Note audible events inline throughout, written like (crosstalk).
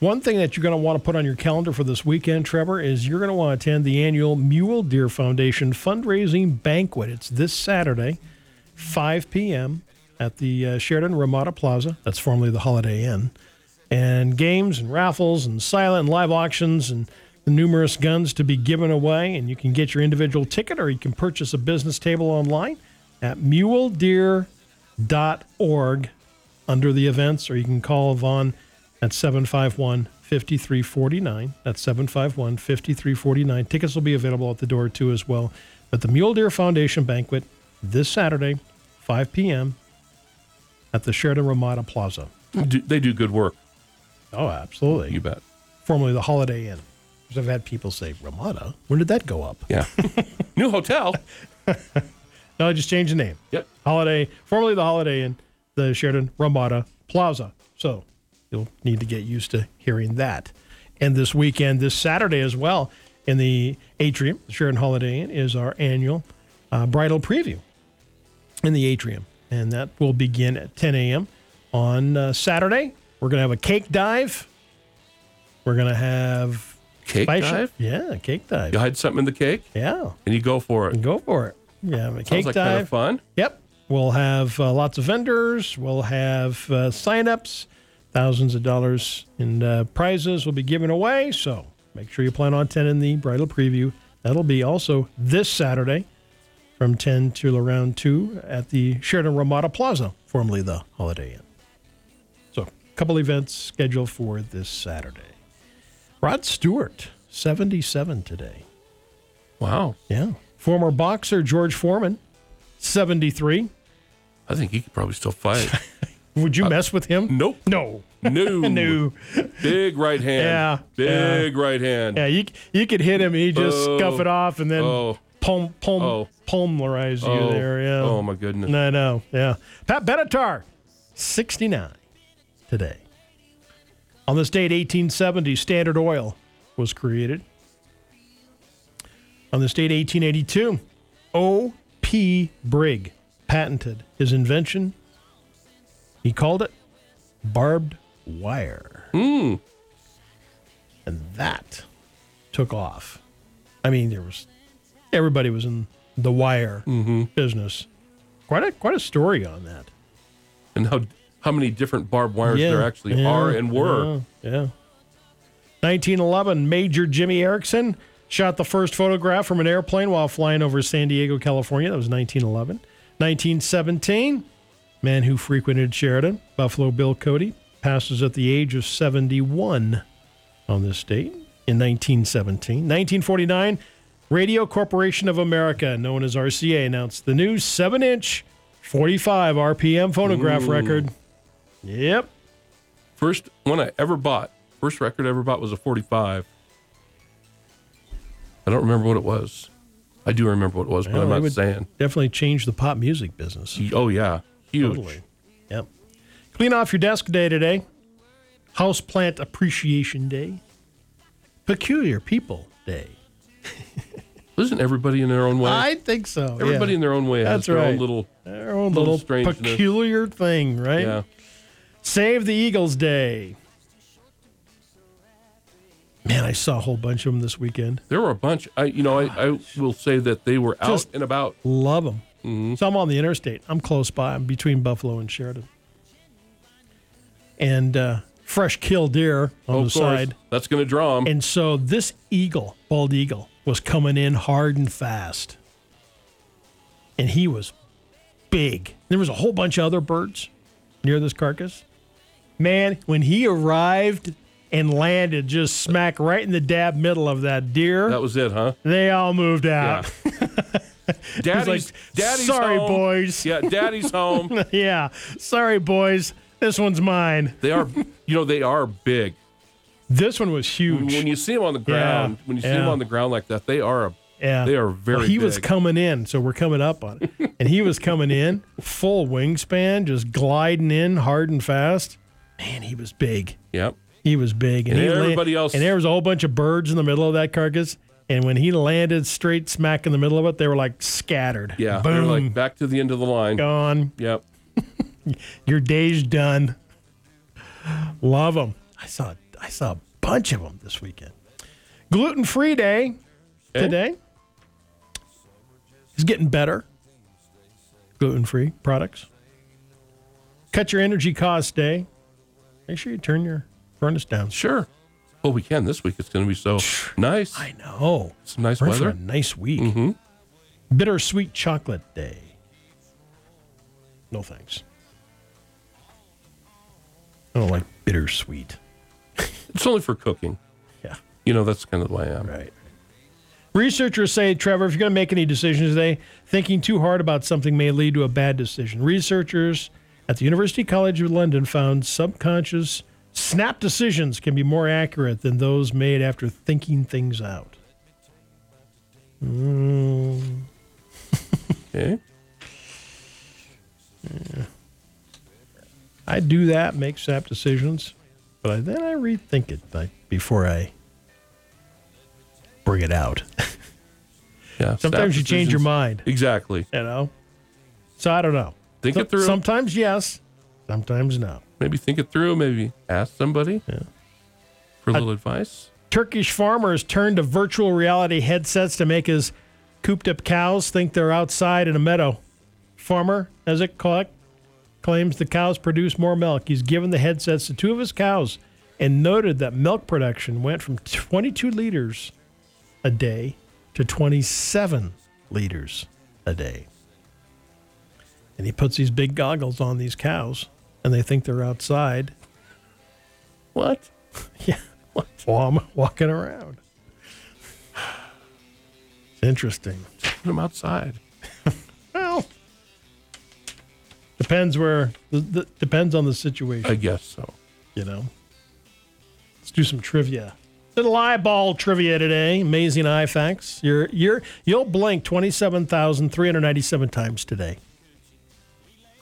One thing that you're going to want to put on your calendar for this weekend, Trevor, is you're going to want to attend the annual Mule Deer Foundation fundraising banquet. It's this Saturday, 5 p.m. at the uh, Sheridan Ramada Plaza. That's formerly the Holiday Inn. And games and raffles and silent and live auctions and the numerous guns to be given away. And you can get your individual ticket or you can purchase a business table online at muledeer.org under the events, or you can call Vaughn at 751 5349. That's 751 5349. Tickets will be available at the door too as well. But the Mule Deer Foundation banquet this Saturday, 5 p.m. at the Sheridan Ramada Plaza. Do, they do good work. Oh, absolutely. You bet. Formerly the Holiday Inn. Because I've had people say, Ramada? When did that go up? Yeah. (laughs) New hotel. No, I just changed the name. Yep. Holiday, formerly the Holiday Inn, the Sheridan Ramada Plaza. So you'll need to get used to hearing that. And this weekend, this Saturday as well, in the atrium, the Sheridan Holiday Inn, is our annual uh, bridal preview in the atrium. And that will begin at 10 a.m. on uh, Saturday. We're going to have a cake dive. We're going to have. Cake spice- dive? Yeah, cake dive. You hide something in the cake Yeah, and you go for it. go for it. Yeah, a cake Sounds like dive. kind of fun. Yep. We'll have uh, lots of vendors. We'll have uh, sign-ups. Thousands of dollars in uh, prizes will be given away. So make sure you plan on 10 in the bridal preview. That'll be also this Saturday from 10 till around 2 at the Sheridan Ramada Plaza, formerly the Holiday Inn. So a couple events scheduled for this Saturday. Rod Stewart, 77 today. Wow. Yeah. Former boxer George Foreman, 73. I think he could probably (laughs) still fight. Would Uh, you mess with him? nope. No. No. (laughs) No. Big right hand. Yeah, Big right hand. Yeah, you you could hit him. He just scuff Oh. it off and then Oh. pom pom Oh. polarize you Oh. there. Yeah. Oh, my goodness. I know. Yeah. Pat Benatar, 69 today. On this date, 1870, Standard Oil was created. On this date, 1882, O.P. Brigg patented his invention. He called it barbed wire. And that took off. I mean, there was everybody was in the wire business quite a quite a story on that. And how how many different barbed wires there actually yeah, are and were. Yeah. yeah. 1911, Major Jimmy Erickson shot the first photograph from an airplane while flying over San Diego, California. That was 1911. 1917, man who frequented Sheridan, Buffalo Bill Cody, passes at the age of 71 on this date in 1917. 1949, Radio Corporation of America, known as RCA, announced the new 7 inch 45 RPM phonograph record. Yep. First one I ever bought, first record I ever bought was a 45. I don't remember what it was. I do remember what it was, but Yeah, I'm they not Uh, would- saying. Definitely changed the pop music business. Oh, yeah. Huge. Totally. Yep. Clean off your desk day today. House plant appreciation day. Peculiar people day. Isn't everybody in their own way? I think so. everybody in their own way has That's their own right. little. their own little little strangeness. peculiar thing, right? Yeah. Save the Eagles Day. Man, I saw a whole bunch of them this weekend. There were a bunch. I, you know, I, I will say that they were out Just- and about. Love them. Mm-hmm. So I'm on the interstate. I'm close by. I'm between Buffalo and Sheridan. And uh, fresh kill deer on the Of course, side. that's going to draw them. And so this eagle, bald eagle, was coming in hard and fast. And he was big. There was a whole bunch of other birds near this carcass. Man, when he arrived and landed just smack right in the dab middle of that deer, That was it, huh? they all moved (laughs) out. Daddy's, daddy's "Sorry, home." boys. Yeah, daddy's home. (laughs) Yeah. Sorry, boys. This one's mine. They are, you know, they are big. This one was huge. When you see them on the ground, when you see them yeah. on the ground like that, they are a, Yeah. they are Well, very. he was big. coming in, so we're coming up on (laughs) it. and he was coming in, full wingspan, just gliding in hard and fast. Man, he was big. Yep. He was big. And, And he la- everybody else- And there was a whole bunch of birds in the middle of that carcass. And when he landed straight smack in the middle of it, they were like scattered. Yeah. They're Boom. like back to the end of the line. gone. Yep. Your day's done. Love them. I saw I saw a bunch of them this weekend. Gluten free day Okay. today is getting better. Gluten free products. Cut your energy cost day. Make sure you turn your furnace down. Sure. Well, we can this week. It's going to be so nice. I know. Some nice We're in for weather. a nice week. Bittersweet chocolate day. No thanks. I don't like bittersweet. It's only for cooking. Yeah. You know, that's kind of the way I am. Right. Researchers say, Trevor, if you're going to make any decisions today, thinking too hard about something may lead to a bad decision. Researchers at the University College of London found subconscious snap decisions can be more accurate than those made after thinking things out. Okay. I do that, make snap decisions, but I, then I rethink it like, before I bring it out. (laughs) Yeah. Sometimes snap you change your decisions. mind, Exactly. you know? So I don't know. Think it So- through. Sometimes yes, sometimes no. Maybe think it through. Maybe ask somebody for a little advice. Turkish farmers turned to virtual reality headsets to make his cooped up cows think they're outside in a meadow. Farmer, as it cla- claims the cows produce more milk. He's given the headsets to two of his cows and noted that milk production went from 22 liters a day to 27 liters a day. And he puts these big goggles on these cows and they think they're outside What? (laughs) yeah. While I'm walking around. It's interesting. Put them outside. Well, depends where, the, the, depends on the situation, I guess so. you know. Let's do some trivia. Little eyeball trivia today. Amazing eye facts. You're, you're, you'll blink 27,397 times today.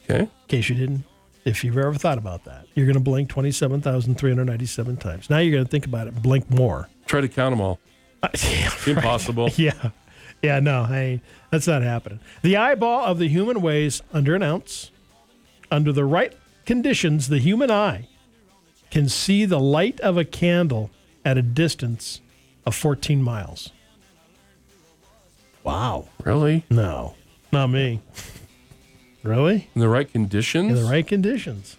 Okay. In case you didn't, if you've ever thought about that, you're going to blink 27,397 times. Now you're going to think about it, blink more. Try to count them all. (laughs) Impossible. Yeah. Yeah, no, hey, that's not happening. The eyeball of the human weighs under an ounce. Under the right conditions, the human eye can see the light of a candle at a distance of 14 miles. Wow. Really? No, not me. really? In the right conditions? In the right conditions.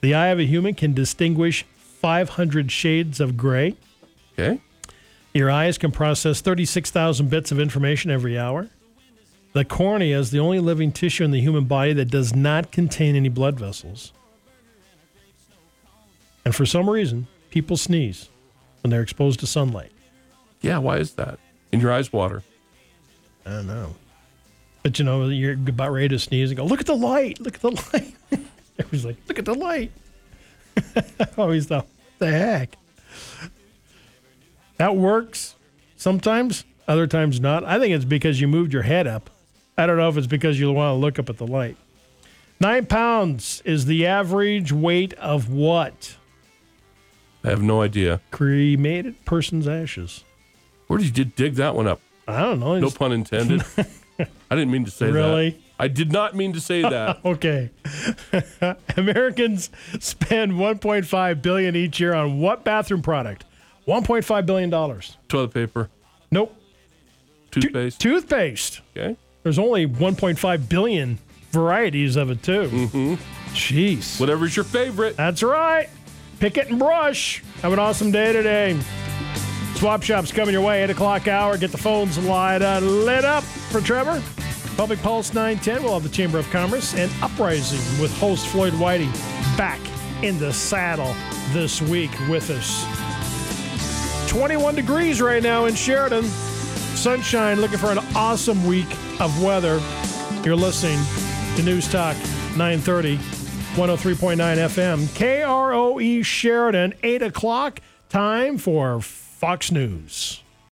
The eye of a human can distinguish 500 shades of gray. Okay. Your eyes can process 36,000 bits of information every hour. The cornea is the only living tissue in the human body that does not contain any blood vessels. And for some reason, people sneeze when they're exposed to sunlight. Yeah. Why is that? And your eyes water. I don't know. But you know, you're about ready to sneeze and go, look at the light, look at the light. (laughs) Everybody's like, look at the light. (laughs) I always thought, what the heck? That works sometimes, other times not. I think it's because you moved your head up. I don't know if it's because you want to look up at the light. Nine pounds is the average weight of what? I have no idea. Cremated person's ashes. Where did you dig that one up? I don't know. No (laughs) pun intended. I didn't mean to say that. Really? I did not mean to (laughs) say that. Okay. Americans spend 1.5 billion each year on what bathroom product? 1.5 billion dollars. Toilet paper, Nope. toothpaste. Toothpaste. Okay. There's only 1.5 billion varieties of it too. Mm-hmm. Jeez. Whatever's your favorite. That's right. Pick it and brush. Have an awesome day today. Swap Shop's coming your way, 8 o'clock hour. Get the phones light uh, lit up for Trevor. Public Pulse 910. We'll have the Chamber of Commerce and Uprising with host Floyd Whiting back in the saddle this week with us. 21 degrees right now in Sheridan. Sunshine, looking for an awesome week of weather. You're listening to News Talk 930, 103.9 FM, E KROE Sheridan, 8 o'clock, time for Fox News.